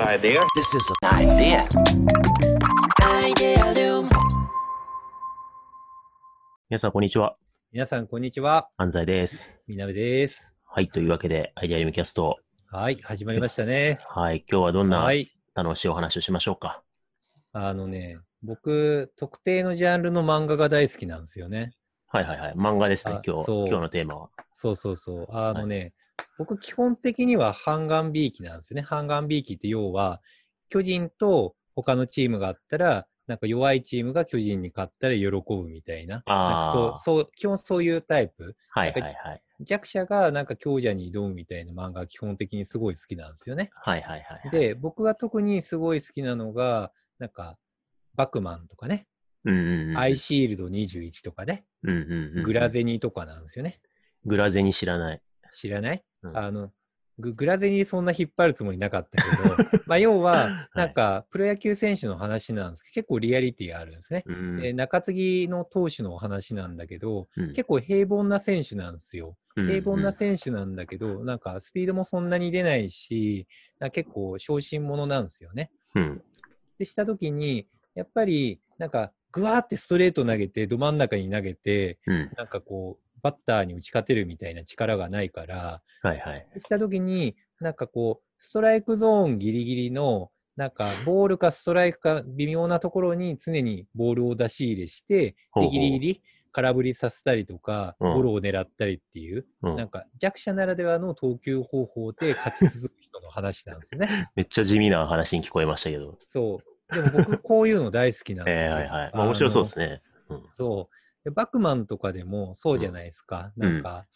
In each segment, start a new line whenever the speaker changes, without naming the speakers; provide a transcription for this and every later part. idea.
This is a
Idea.
皆さん、こんにちは。
皆さん、こんにちは。
安西です。
みなべです。
はい、というわけで、アイデアリウムキャスト。
はい、始まりましたね。
はい、今日はどんな
はい。
楽しいお話をしましょうか。
あのね、僕、特定のジャンルの漫画が大好きなんですよね。
はい、はい、はい。漫画ですね
あ、
今日。
そ
今
う
日のテーマは。
そうそうそう。あのね、僕、基本的には半眼びいきなんですよね。半眼びいきって要は、巨人と他のチームがあったら、なんか弱いチームが巨人に勝ったら喜ぶみたいな。
あ
なんか
あ、
そう、そう、基本そういうタイプ。
はい、はい、はい。
弱者がなんか強者に挑むみたいな漫画が基本的にすごい好きなんですよね。
はい、はい、はい。、
で、僕が特にすごい好きなのが、なんか、バクマンとかね、
うんうんうん、
アイシールド21とかね、
うんうんうん、
グラゼニとかなんですよね。
グラゼに知らない。
知らない、
うん
あのグ、グラゼニそんな引っ張るつもりなかった けど、まあ要は、なんか、プロ野球選手の話なんですけど、結構リアリティがあるんですね。
うん
で中継ぎの投手のお話なんだけど、
うん
結構平凡な選手なんですよ。平凡な
うん
選手なんだけど、なんかスピードもそんなに出ないし、なんか結構小心者なんですよね。
うん
でした時にやっぱりなんかぐわーってストレート投げてど真ん中に投げて
うんうん
なんかこうバッターに打ち勝てるみたいな力がないから
はい、はい。
でした時になんかこうストライクゾーンギリギリのなんかボールかストライクか微妙なところに常にボールを出し入れして
ほうほ
で
う
ギリギリ空振りさせたりとか
うん
ゴロを狙ったりっていう
うん
なんか弱者ならではの投球方法で勝ち続く人の話なんですよね。
めっちゃ地味な話に聞こえましたけど。
そう。でも僕、こういうの大好きな ん
え
ですよ。
ー、はい、はい。まあ、面白そうです
ね。
ね。
そう。でバクマンとかでもそうじゃないですか。
うん
なんか、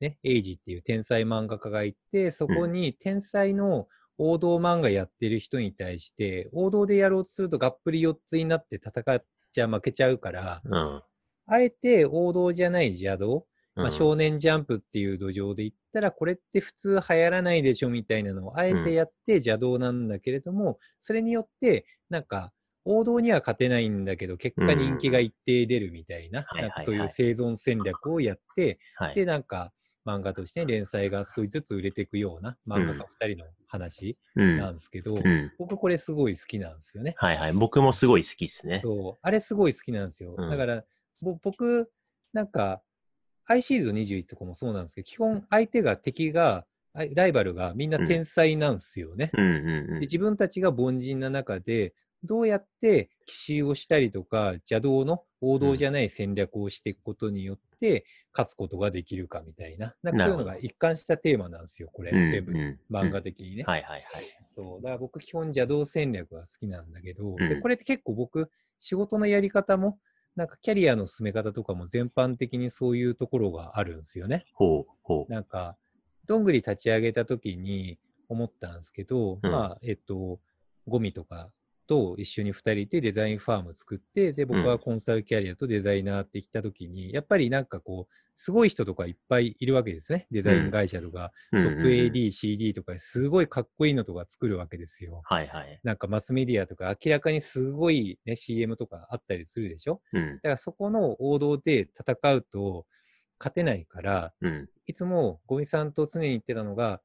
ね、エイジっていう天才漫画家がいて、そこに天才の王道漫画やってる人に対して、王道でやろうとするとがっぷり4つになって戦っちゃ負けちゃうから、
うん。
あえて王道じゃない邪道、
うん
まあ、少年ジャンプっていう土壌で言ったら、これって普通流行らないでしょみたいなのをあえてやって邪道なんだけれども、それによって、なんか、王道には勝てないんだけど、結果人気が一定出るみたいな、
はいはいはい
なんかそういう生存戦略をやって、
はい。
で、なんか、漫画として連載が少しずつ売れていくような漫画家2人の話
うん
なんですけど、
うん。
僕これすごい好きなんですよね。
はい、はい。僕もすごい好きですね。
そう、あれすごい好きなんですよ。
うん
だから、ぼ僕、なんか、アイシールド21とかもそうなんですけど、基本相手が敵が、あいライバルがみんな
うん
天才なんですよね。
うんうんう
で
ん。
自分たちが凡人な中で、どうやって奇襲をしたりとか、邪道の王道じゃない戦略をしていくことによって、勝つことができるかみたいな、なんかそういうのが一貫したテーマなんですよ、これ、
うん
全部、
うん
漫画的にね。
はいはいはい。
そう。だから僕、基本邪道戦略が好きなんだけど、
う
で
ん
これって結構僕、仕事のやり方も、なんかキャリアの進め方とかも全般的にそういうところがあるんですよね。
ほうほう。
なんか、どんぐり立ち上げた時に思ったんですけど、
うん
まあ、えっと、ゴミとかと一緒に2人でデザインファーム作って、で、
う
僕
ん
はコンサルキャリアとデザイナーって来た時に、やっぱりなんかこう、すごい人とかいっぱいいるわけですね。デザイン会社とか、
ト
トップ AD、CD とかすごいかっこいいのとか作るわけですよ。
はいはい。
なんかマスメディアとか明らかにすごい、ね、CM とかあったりするでしょ
うん
だからそこの王道で戦うと勝てないから、
うん
いつもゴミさんと常に言ってたのが、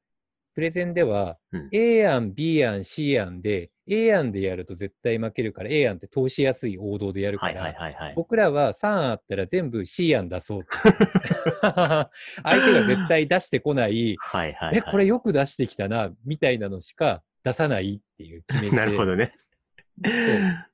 プレゼンでは、
うん
A 案、B 案、C 案で、A 案でやると絶対負けるから、A 案って通しやすい王道でやるか
はい
ら、
はいはいはい。
僕らは3あったら全部 C 案出そうって 相手が絶対出してこない、
はいはいはい。
え、これよく出してきたな、みたいなのしか出さないっ ていう決め て、
なるほどね。
っ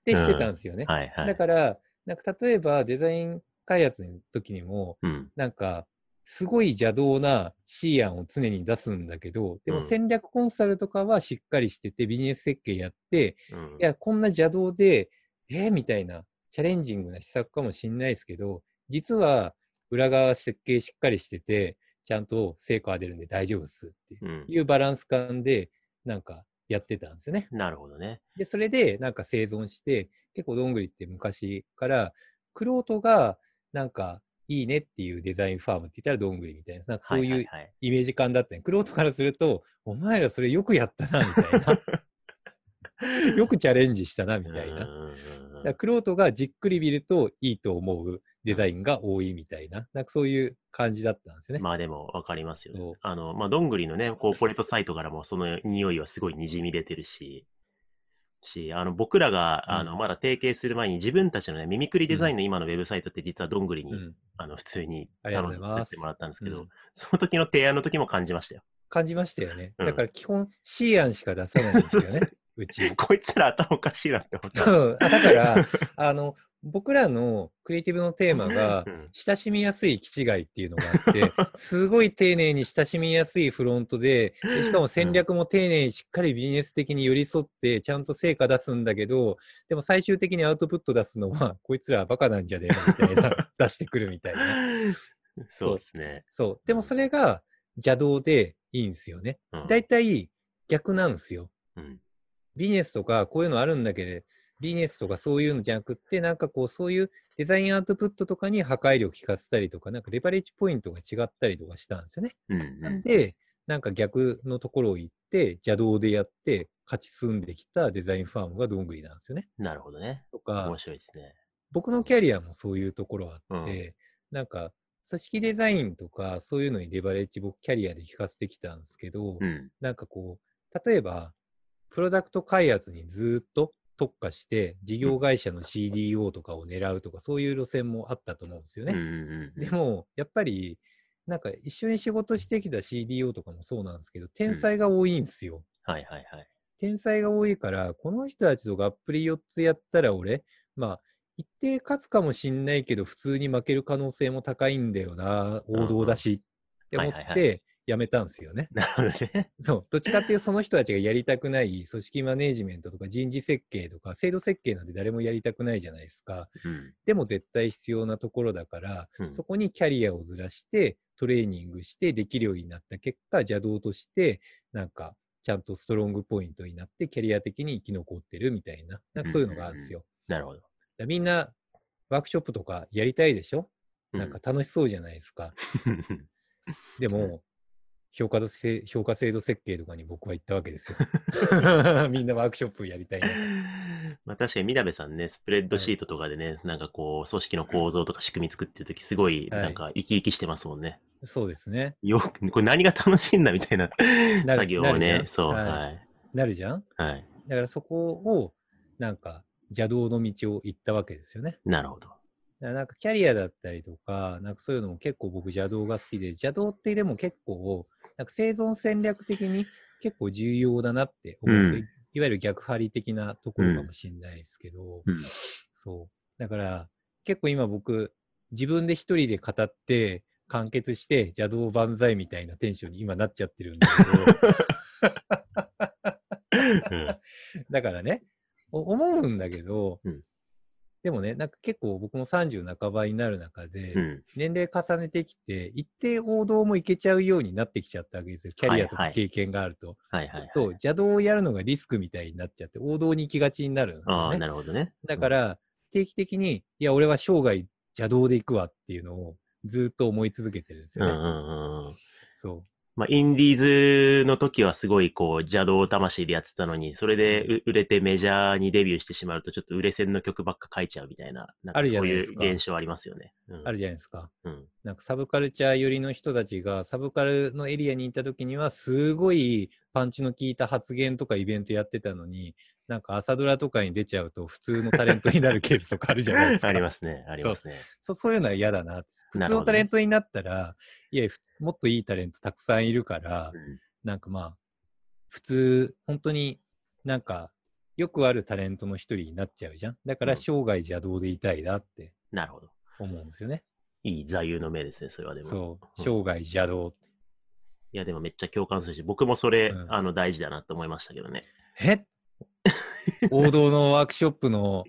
てしてたんですよね。
はいはい。
だから、なんか例えばデザイン開発の時にも、
うん。
なんか、すごい邪道な C 案を常に出すんだけど、で
う
も
ん
戦略コンサルとかはしっかりしてて、ビジネス設計やって、
うん
いや、こんな邪道で、えーみたいな、チャレンジングな施策かもしんないですけど、実は裏側設計しっかりしてて、ちゃんと成果が出るんで大丈夫っすっていう
うん
いうバランス感で、なんかやってたんですよね。
なるほどね。
で、それでなんか生存して、結構どんぐりって昔から、クロートがなんかいいねっていうデザインファームって言ったらどんぐりみたいな、なんかそう
はいいうはいはい
イメージ感だったね。クロートからすると、お前らそれよくやったな、みたい な。よくチャレンジしたな、みたいな。だ
うんうんうんうん
からクロートがじっくり見るといいと思うデザインが多いみたいな、なんかそういう感じだったんですよね。
まあでもわかりますよ、
そう
ね。あの、まあ、どんぐりのね、コーポレートサイトからもその匂いはすごいにじみ出てるし、し、あの、僕らが、あ
う
の、まだ提携する前に自分たちのね、ミミクリデザインの今のウェブサイトって実はどんぐりに、
うん、
あの、普通に
ありがと
頼
うんござい
で
ます
作ってもらったんですけど、
うん
その時の提案の時も感じましたよ。
感じましたよね。
うん
だから基本、シーアンしか出さないんですよ ね、うち。
こいつら頭おかしいなって思った。
そうあ だから、あの、僕らのクリエイティブのテーマ が
う、ん
親しみやすい気違いっていうのが あって、すごい丁寧に親しみやすいフロントで、でしかも戦略も丁寧にしっかりビジネス的に寄り添って、ちゃんと成果出すんだけど、でも最終的にアウトプット出すのは、こいつらバカなんじゃねえのみた いな、出してくるみたいな。
そうですね。
そう。でもそれが邪道でいいんですよね。
うん
大体逆なんですよ。
うん
ビジネスとかこういうのあるんだけど、ビジネスとかそういうのじゃなくって、なんかこうそういうデザインアウトプットとかに破壊力効かせたりとか、なんかレバレッジポイントが違ったりとかしたんですよね。
うん
なんで、なんか逆のところを行って、邪道でやって、勝ち進んできたデザインファームがどんぐりなんですよね。
うんなるほどね。
とか
面、白いですね。
僕のキャリアもそういうところあって、なんか、組織デザインとか、そういうのにレバレッジ僕キャリアで効かせてきたんですけど、
うん。
なんかこう、例えば、プロダクト開発にずーっと特化して、事業会社の CDO とかを狙うとか、そういう路線もあったと思うんですよ
うんう
ね。
んうん
でも、やっぱり、なんか一緒に仕事してきた CDO とかもそうなんですけど、天才が多いんですよ。
はいはいはい。
天才が多いから、この人たちとがっぷり4つやったら俺、まあ、一定勝つかもしんないけど、普通に負ける可能性も高いんだよな、王道だし、って思
はい
っ
はいは
て、やめたんですよね。
なるほどね。
そう。どっちかっていうとその人たちがやりたくない組織マネージメントとか人事設計とか制度設計なんて誰もやりたくないじゃないですか。
うん。
でも絶対必要なところだから、
うん
そこにキャリアをずらしてトレーニングしてできるようになった結果、邪道としてなんかちゃんとストロングポイントになってキャリア的に生き残ってるみたいな、なんかそういうのがあるんですよ。
なるほど。
だからみんなワークショップとかやりたいでしょ
う
なんか、楽しそうじゃないですか。で
うん
も、評価度せ評価制度設計とかに僕は行ったわけですよ。 みんなワークショップやりたいな。
まあ確かに、みなべさんね、スプレッドシートとかでね、なんかこう、組織の構造とか仕組み作ってるとき、すごい、
はい
なんか、生き生きしてますもんね。
そうですね。
よく、これ何が楽しいんだみたいな
な
作業を
なるじ
ね
ゃん、
そう、
はい
はい。
なるじゃん
はい。
だからそこを、なんか、邪道の道を行ったわけですよね。
なるほど。
だからなんかキャリアだったりとか、なんかそういうのも結構僕邪道が好きで、邪道ってでも結構、なんか生存戦略的に結構重要だなって思うんですよ。
うん
いわゆる逆張り的なところかもしれないですけど、
うん
そう。だから、結構今僕、自分で一人で語って、完結して、邪道万歳みたいなテンションに今なっちゃってるんだけど、
うん
だからね、お思うんだけど、
うん
でもね、なんか結構僕も30半ばになる中で、
うん。
年齢重ねてきて、一定王道もいけちゃうようになってきちゃったわけですよ。キャリアと
はい
か
はい
経験があると。
はい
ち
は
ょ
いは
っ
い。
と邪道をやるのがリスクみたいになっちゃって、王道に行きがちになるんです
あ
よ
あ、
ね。
なるほどね。
だから、定期的に、いや、俺は生涯邪道で行くわっていうのをずっと思い続けてるんです
う
よ
ん、う
ね。
んうんうん。
そ
まあ、インディーズの時はすごいこう邪道魂でやってたのに、それでう売れてメジャーにデビューしてしまうと、ちょっと売れ線の曲ばっか書いちゃうみたいな、なん
あ
か
るじゃ
そう
ない
い
です
う
か
現象ありますよね。うん
う。あるじゃないですか。
うん
なんかサブカルチャー寄りの人たちがサブカルのエリアに行った時にはすごいパンチの効いた発言とかイベントやってたのになんか朝ドラとかに出ちゃうと普通のタレントになるケースとかあるじゃないですか。
ありますね、ありますね。
そうそういうのは嫌だなって。普
な
通
るほどね
のタレントになったら、いやふもっといいタレントたくさんいるから、
うん
なんかまあ普通本当になんかよくあるタレントの一人になっちゃうじゃん。だか
う
ら
ん
生涯邪道でいたいなって
なるほど。
思うんですよね。
いい座右の銘ですね、それはでも。
そう生涯邪道。
いや、でもめっちゃ共感するし、僕もそれ、
うん
あの大事だなと思いましたけどね。
え 王道のワークショップの、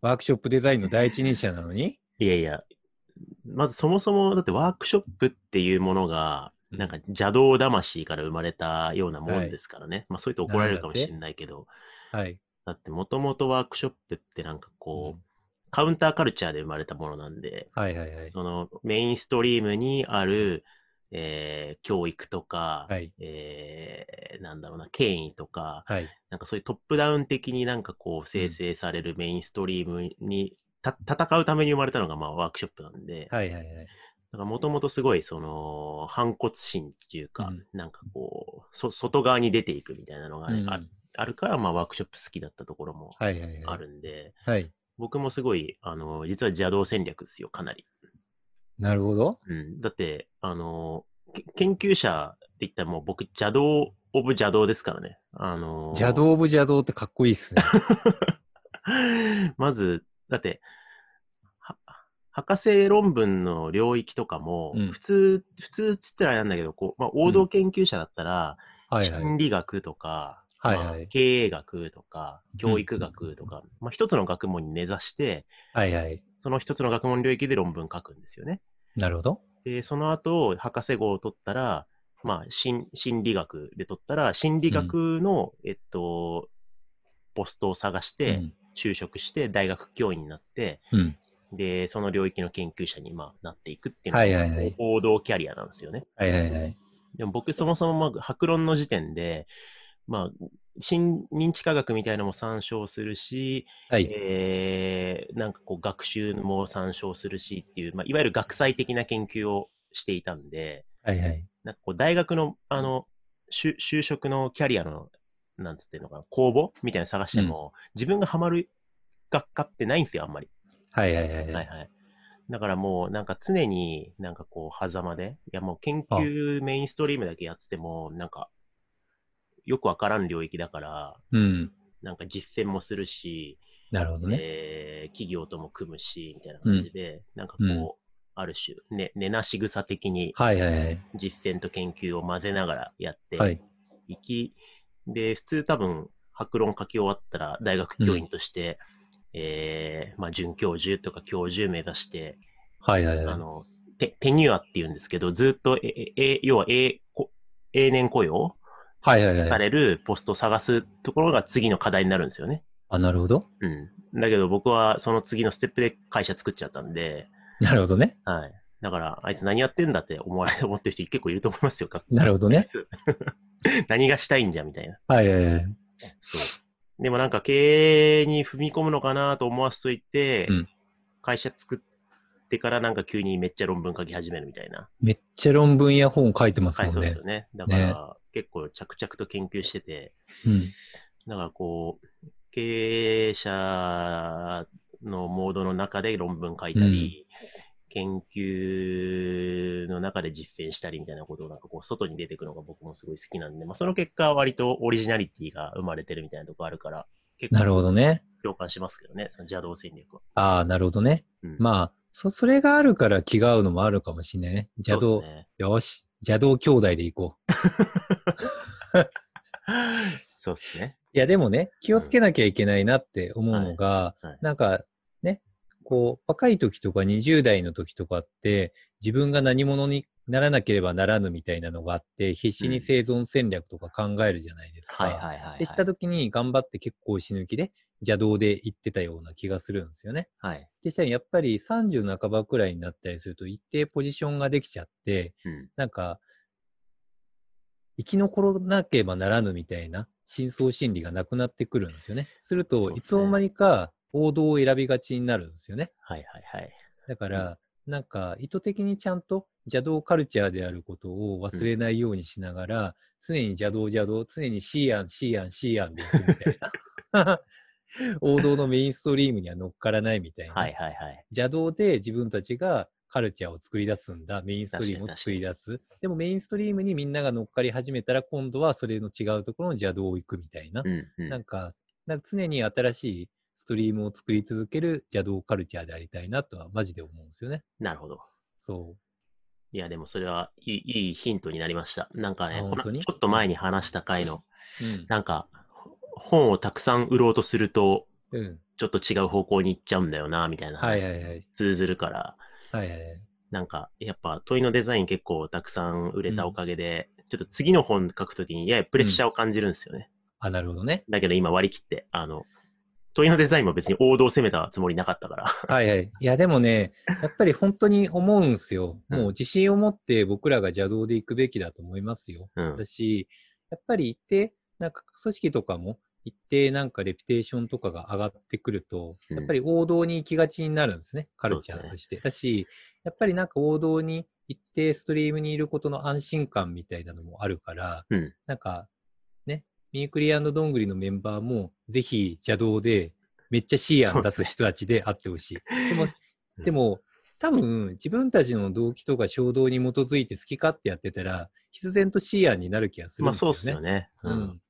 ワークショップデザインの第一人者なのに
いやいや、まずそもそも、だってワークショップっていうものが、
うん
なんか邪道魂から生まれたようなもんですからね。まあそういうと怒られるかも
なんだっ
してれないけど、
はい。
だってもともとワークショップってなんかこう、
うん
カウンターカルチャーで生まれたものなんで、
はいはいはい。
そのメインストリームにある、えー教育とか、
はい。
えーなんだろうな、権威とか、
はい。
なんかそういうトップダウン的になんかこう生成されるメインストリームにた戦うために生まれたのが、まあ、ワークショップなんで、
はいはいはい。
だからもともとすごい、その、反骨心っていうか、
うん
なんかこう、そ、外側に出ていくみたいなのが、ね
うん
ああるから、まあ、ワークショップ好きだったところも
はいはいは
あ
い。
るんで、
はい。
僕もすごい、あの、実は邪道戦略ですよ、かなり。
なるほど。
うん。だって、あの、け研究者って言ったらもう僕、邪道オブ邪道ですからね。あの、
邪道オブ邪道ってかっこいいっすね。
まず、だって、は博士論文の領域とかも、
うん
普通、普通っつったらあれなんだけど、こう、まあ、王道研究者だったら、
はいはい。
心理学とか、
はい
まあ
はい
経営学とか、教育学とか、まあ、一つの学問に根ざして、
はいはい。
その一つの学問領域で論文書くんですよね。
なるほど。
で、その後、博士号を取ったら、まあ、心心理学で取ったら、心理学の、えっと、ポストを探して、
うん
就職して大学教員になって、
うん。
で、その領域の研究者にまあなっていくっていう
はい
の
はいはい
が王道キャリアなんですよね。
はいはいはい。
でも僕そもそもまあ白論の時点で、まあ、新認知科学みたいなのも参照するし、
はい。
えー、なんかこう学習も参照するしっていう、まあ、いわゆる学際的な研究をしていたんで、
はいはい。
なんかこう大学の、あの、就就職のキャリアの、なんつってんのかな、公募みたいなの探しても、自分がハマる学科ってないんですよ、あんまり。
はいはいはいは
はい
い。
はい。だからもうなんか常になんかこう狭間で、いやもう研究メインストリームだけやってても、なんかよくわからん領域だから、
うん。
なんか実践もするし、
なるほどね。
えー企業とも組むし、みたいな感じで、なんかこう、
うん
ある種、ね、根なし草的に
はいはいはい。
実践と研究を混ぜながらやって
はい。
いき、で、普通多分、白論書き終わったら大学教員として、えーまあ、准教授とか教授目指して、
はいはいは
あ
い。
の、テテニュアって言うんですけど、ずっと、え、ええ、要は、え、こ永年雇用
はいはい
さ
はい。
れるポストを探すところが次の課題になるんですよね。
あ、なるほど。
うん。だけど僕はその次のステップで会社作っちゃったんで、
なるほどね。
はい。だから、あいつ何やってんだって思われ、 思ってる人結構いると思いますよ、
なるほどね。
何がしたいんじゃ、みたいな。
はいはいはい。
そう。でもなんか経営に踏み込むのかなと思わせといて、
うん
会社作ってからなんか急にめっちゃ論文書き始めるみたいな。
めっちゃ論文や本書いてます
はい、
も
そ
ん
うです
ね
よ。ね。だから、結構着々と研究してて、
うん。
だからこう、経営者のモードの中で論文書いたり、研究の中で実践したりみたいなことをなんかこう外に出てくのが僕もすごい好きなんで、まあ、その結果割とオリジナリティが生まれてるみたいなとこあるから、結
なるほ
構
どね。
共感しますけどね、その邪道戦略は。
ああ、なるほどね。
うん
まあ、そ、それがあるから気が合うのもあるかもしれないね。邪
そうっ
道、
すね。
よし、邪道兄弟で行こう。
そうっすね。
いや、でもね、気をつけなきゃいけないなって思うのが、
はいはい
なんかね、こう、若い時とか20代の時とかって、自分が何者にならなければならぬみたいなのがあって、必死に生存戦略とか考えるじゃないですか。
はいはいはい、はい。
でした時に頑張って結構押し抜きで邪道で行ってたような気がするんですよね。
はい。
でしたらやっぱり30半ばくらいになったりすると一定ポジションができちゃって、
うん。
なんか生き残らなければならぬみたいな深層心理がなくなってくるんですよね。する
そう
と
で
い
す
つ
ね
の間にか王道を選びがちになるんですよね。
はいはいはい。
だから、なんか意図的にちゃんと邪道カルチャーであることを忘れないようにしながら、常に邪道邪道、常にシーアン、シーアン、シーアンでいくみたいな。 王道のメインストリームには乗っからないみたいな。
はいはいはい。
邪道で自分たちがカルチャーを作り出すんだ、メインストリームを作り出す。でもメインストリームにみんなが乗っかり始めたら、今度はそれの違うところの邪道を行くみたいな。
うんうん
なんか、なんか常に新しいストリームを作り続ける邪道カルチャーでありたいなとは、マジで思うんですよね。
なるほど。
そ
いや、でもそれはいいいいヒントになりました。なんかね、
あ
この
本当に
ちょっと前に話した回の、
う。
なんか、本をたくさん売ろうとすると、
うん。うん。
ちょっと違う方向に行っちゃうんだよな、みたいな
はい
話、
はいはい。
通ずるから、
はいはいはい。
なんか、やっぱ問いのデザイン結構たくさん売れた
うん
おかげで、ちょっと次の本書くときに、ややプレッシャーを感じるんですよね。
あ、なるほどね。
だけど今割り切って、あの、問いのデザインも別に王道を攻めたつもりなかったから。
はいはい。いや、でもね、やっぱり本当に思うんすよ。
うん
もう自信を持って僕らが邪道で行くべきだと思いますよ。
うん
だし、やっぱり行って、なんか組織とかも一定なんかレピュテーションとかが上がってくると、
うん
やっぱり王道に行きがちになるんですね、カルチャーとして。だし、やっぱりなんか王道に一定ストリームにいることの安心感みたいなのもあるから、
うん
なんかね、ミニクリアンドどんぐりのメンバーも、ぜひ邪道で、めっちゃシーアン出す人たちであってほしい。でも、
うん
でも、多分、自分たちの動機とか衝動に基づいて好き勝手やってたら、必然とシーアンになる気がするん
まあ
です
そ
よ
う
ね。
っすよね。う
うん
ん。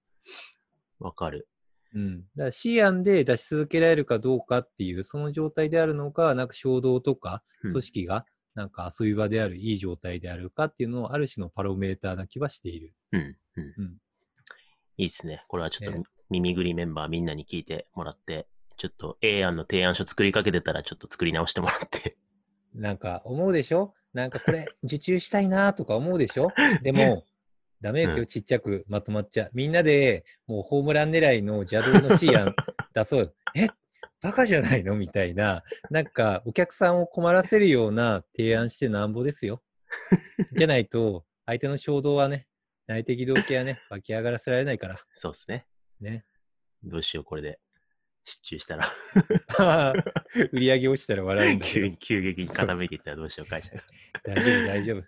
わかる。
うん、だからシーアンで出し続けられるかどうかっていう、その状態であるのか、なんか衝動とか、
うん
組織がなんか遊び場である、いい状態であるかっていうのを、ある種のパロメーターな気はしている。
うん。うん。
うん
いいっすね。これはちょっ
ね
と耳ぐりメンバーみんなに聞いてもらって、ちょっと A 案の提案書作りかけてたらちょっと作り直してもらって。
なんか思うでしょなんかこれ受注したいなとか思うで しょでも、ダメです
う
よ、ちっちゃくまとまっちゃ。みんなでもうホームラン狙いの邪道のシー アン出そう。えバカじゃないのみたいな、なんかお客さんを困らせるような提案してなんぼですよ。じゃないと、相手の衝動はね、内的動機はね、湧き上がらせられないから。
そうっすね。
ね。
どうしよう、これで。失注したら、
売り上げ落ちたら笑うんだけ
急
ど。
に急激に傾いていったらどうしよう、会社が。
大丈夫、大丈夫。
は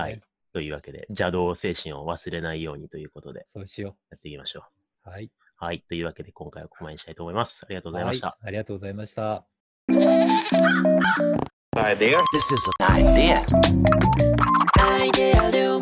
はい
い。というわけで、邪道精神を忘れないようにということで、
そうしよ
やっていきましょう。
う。はい。
はい。というわけで、今回はここまでにしたいと思います。ありがとうございました。
はいありがとうございました。
idea. This is an idea. Idea.